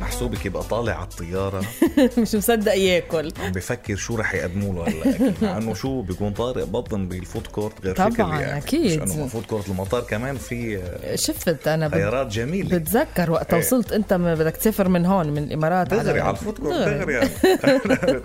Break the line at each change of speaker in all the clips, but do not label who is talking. محسوبك يبقى طالع على الطياره
مش مصدق ياكل
عم بفكر شو رح يقدموا له هلا أكل. مع انه شو بيكون طارق بطن بالفود كورت غير
طبعاً،
فكر يعني.
أكيد.
مش انه فود كورت المطار كمان في
شفت انا بت...
خيارات جميله
بتذكر وقت
إيه.
وصلت انت م- بدك تسافر من هون من الامارات
دغري على الفود كورت
دغري.
دغري يعني.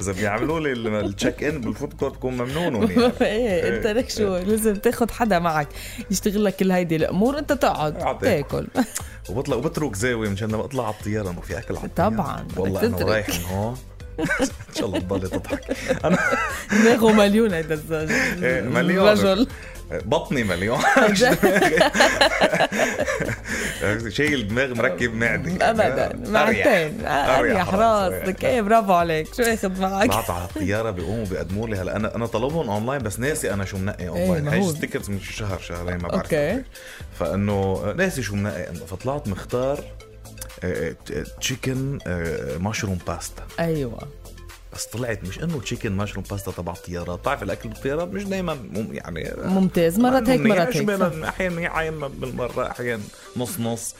اذا بيعملوا لي ال- التشيك ان بالفود كورت بكون ممنون يعني
ايه انت
إيه.
لك شو لازم تاخذ حدا معك يشتغل لك كل هيدي الامور انت تقعد
أعطيك.
تاكل
وبطلع وبترك زاويه مشان لما اطلع على الطياره ما في اكل على الطياره
طبعاً، بدك
والله انا
تترك.
رايح من هون ان شاء الله تضلي تضحك
دماغه مليون هيدا الزوج
إيه، مليون.
الرجل
بطني مليون شايل دماغ مركب معدي
ابدا
أريح. إيه.
معتين اريح راسك ايه برافو عليك شو اخذ معك
بعت على الطياره بيقوموا بيقدموا لي هلا انا انا طلبهم اونلاين بس ناسي انا شو منقي
إيه،
اونلاين
ما
هاي
هو.
ستيكرز من شي شهر شهرين ما بعرف
أوكي.
فانه ناسي شو منقي أنا. فطلعت مختار آه، تشيكن آه، مشروم باستا
ايوه
بس طلعت مش انه تشيكن مشروم باستا تبع الطيارات بتعرف الاكل بالطيارات مش دائما يعني
ممتاز مرات هيك مرات هيك صح.
احيانا احيانا عايمة بالمره احيانا نص نص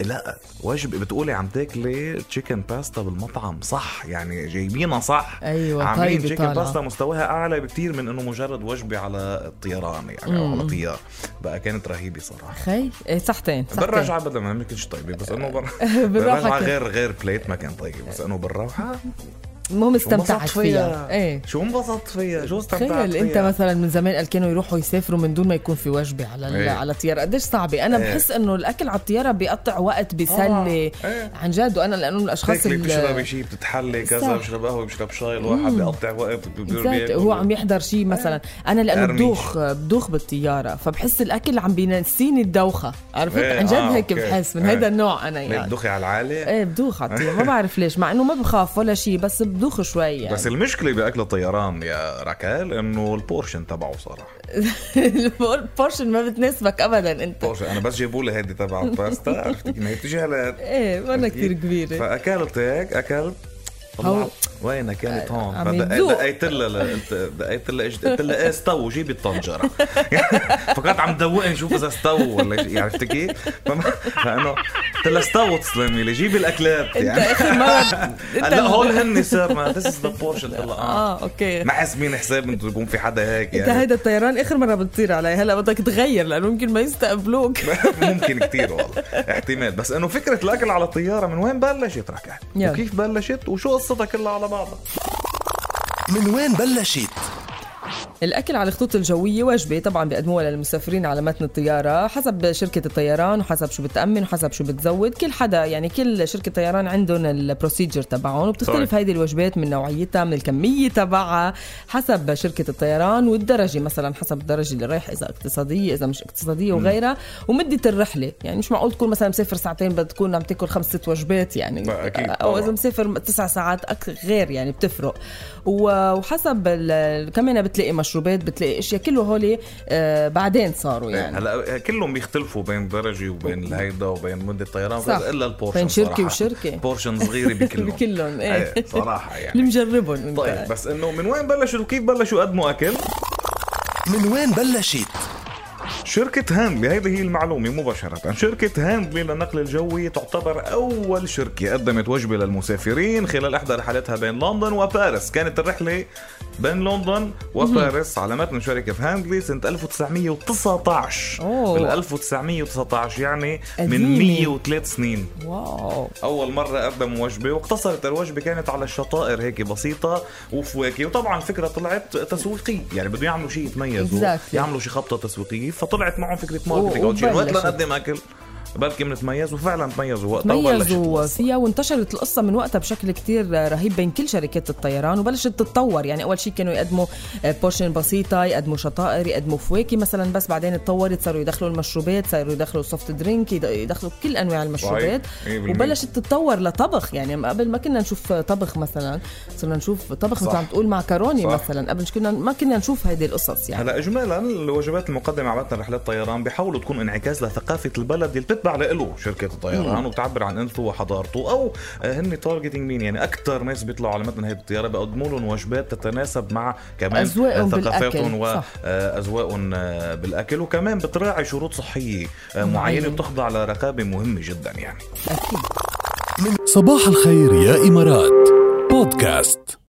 لا وجب بتقولي عم تاكلي تشيكن باستا بالمطعم صح يعني جايبينها صح
أيوة،
عاملين
طيبة
تشيكن
طالعة.
باستا مستواها اعلى بكتير من انه مجرد وجبه على الطيران يعني او على طيار بقى كانت رهيبه صراحه
خي إيه، صحتين صحتين
بالرجعه بدل ما ما كنتش طيبه بس انه بر...
بالراحة
بالرجعه
كنت.
غير غير بليت ما كان طيب بس انه بالروحه
المهم
شو انبسطت
استمتعت فيها ايه
شو انبسطت فيها شو استمتعت فيها
تخيل انت مثلا من زمان قال كانوا يروحوا يسافروا من دون ما يكون في وجبه على
ايه.
ايه. على الطياره قديش صعبه انا
ايه.
ايه. بحس انه الاكل على الطياره بيقطع وقت بيسلي
ايه.
ايه. عن جد وانا لانه الاشخاص
تاكلي
ال-
بتشربي شيء بتتحلي كذا
صح.
بشرب قهوه بشرب شاي الواحد بيقطع وقت بيقدر
بالذات
ياكل.
هو عم يحضر شيء مثلا انا لانه
قرمش.
بدوخ بدوخ بالطياره فبحس الاكل عم بينسيني الدوخه عرفت
ايه،
عن جد
اه،
هيك
اوكي.
بحس من
ايه.
هيدا النوع انا
ليه
يعني
بتدخي على العالي
ايه بدوخ على الطياره ما بعرف ليش مع انه ما بخاف ولا شيء بس بدوخ شوي يعني
بس المشكله باكل الطيران يا راكال انه البورشن تبعه صراحه
البورشن ما بتناسبك ابدا انت
البورشن انا بس جابوا لي هيدي تبع الباستا عرفت كيف ما هي بتجهلات
ايه وانا كثير كبيره
فاكلت هيك اكلت
هو-
طلعت وين كانت هون
عم
فدق-
يذوق.
دقيت لها ل- قلت- دقيت لها إجت- قلت لها ايه استو جيبي الطنجره فكرت عم تدوقني شوف اذا استو ولا شي، يعني عرفت كيف؟ فما- فانه قلت لها استو تسلمي لي جيبي الاكلات
انت
يعني
اخر مره
هلا هول هن صار ما ذس از ذا بورشن اه
اه اوكي
ما حاسبين حساب انه يكون في حدا هيك
انت
يعني
هيدا الطيران اخر مره بتطير علي هلا بدك تغير لانه يمكن ما يستقبلوك
ممكن كتير والله احتمال بس انه فكره الاكل على الطياره من وين بلشت ركعت
يلا.
وكيف بلشت وشو قصتها كلها على بعضها
من وين بلشت؟
الاكل على الخطوط الجويه وجبه طبعا بيقدموها للمسافرين على متن الطياره حسب شركه الطيران وحسب شو بتامن وحسب شو بتزود كل حدا يعني كل شركه طيران عندهم البروسيجر تبعهم وبتختلف
صحيح.
هيدي الوجبات من نوعيتها من الكميه تبعها حسب شركه الطيران والدرجه مثلا حسب الدرجه اللي رايح اذا اقتصاديه اذا مش اقتصاديه وغيرها ومده الرحله يعني مش معقول تكون مثلا مسافر ساعتين بدك تكون عم تاكل خمس ست وجبات يعني
لا، أكيد
او
طبعاً.
اذا مسافر تسع ساعات أكثر غير يعني بتفرق و- وحسب ال- كمان بتلاقي مشروبات بتلاقي اشياء كله هولي آه، بعدين صاروا يعني
هلا كلهم بيختلفوا بين درجه وبين الهيدا وبين مده الطيران
صح.
الا البورشن
بين شركة
صراحة.
وشركة.
بورشن صغيره بكلهم
بكلهم، إيه.
صراحه يعني
اللي مجربهم انت.
طيب بس انه من وين بلشوا وكيف بلشوا يقدموا اكل؟
من وين بلشت؟
شركة هاندلي هذه هي المعلومة مباشرة شركة هاندلي للنقل الجوي تعتبر أول شركة قدمت وجبة للمسافرين خلال إحدى رحلاتها بين لندن وباريس كانت الرحلة بين لندن وباريس على متن شركة هاندلي سنة 1919
أوه.
بال 1919 يعني من
قديمة.
103 سنين
واو
اول مره قدموا وجبه واقتصرت الوجبه كانت على الشطائر هيك بسيطه وفواكه وطبعا الفكره طلعت تسويقيه يعني بدهم يعملوا شيء يتميزوا
Exactly.
يعملوا شيء خبطه تسويقيه فطلعت معهم فكره
و-
ماركتينج أو شيء. وقت
وبلشت.
لنقدم اكل بركي بنتميز وفعلا تميزوا وقتها وبلشت
تميزوا
القصة.
فيها وانتشرت القصة من وقتها بشكل كتير رهيب بين كل شركات الطيران وبلشت تتطور يعني أول شيء كانوا يقدموا آه، بورشن بسيطة يقدموا شطائر يقدموا فواكه مثلا بس بعدين اتطورت صاروا يدخلوا المشروبات صاروا يدخلوا السوفت درينك يد- يدخلوا كل أنواع المشروبات
صحيح. 100%.
وبلشت تتطور لطبخ يعني ما- قبل ما كنا نشوف طبخ مثلا صرنا نشوف طبخ
صح.
مثل عم تقول معكروني
صح.
مثلا قبل مش كنا ما كنا نشوف هيدي القصص يعني
هلا اجمالا الوجبات المقدمه على متن رحلات الطيران بيحاولوا تكون انعكاس لثقافه البلد اللي بتتبع تتبع له شركه الطيران وبتعبر عن انثو وحضارته او آه، هن تارجتنج مين يعني اكثر ناس بيطلعوا على متن هيدي الطياره بقدموا لهم وجبات تتناسب مع كمان
أذواقهم
آه، ثقافاتهم
بالأكل. صح.
واذواقهم آه، بالاكل وكمان بتراعي شروط صحيه آه، معينه
معينة.
بتخضع لرقابه مهمه جدا يعني
اكيد
صباح الخير يا إمارات بودكاست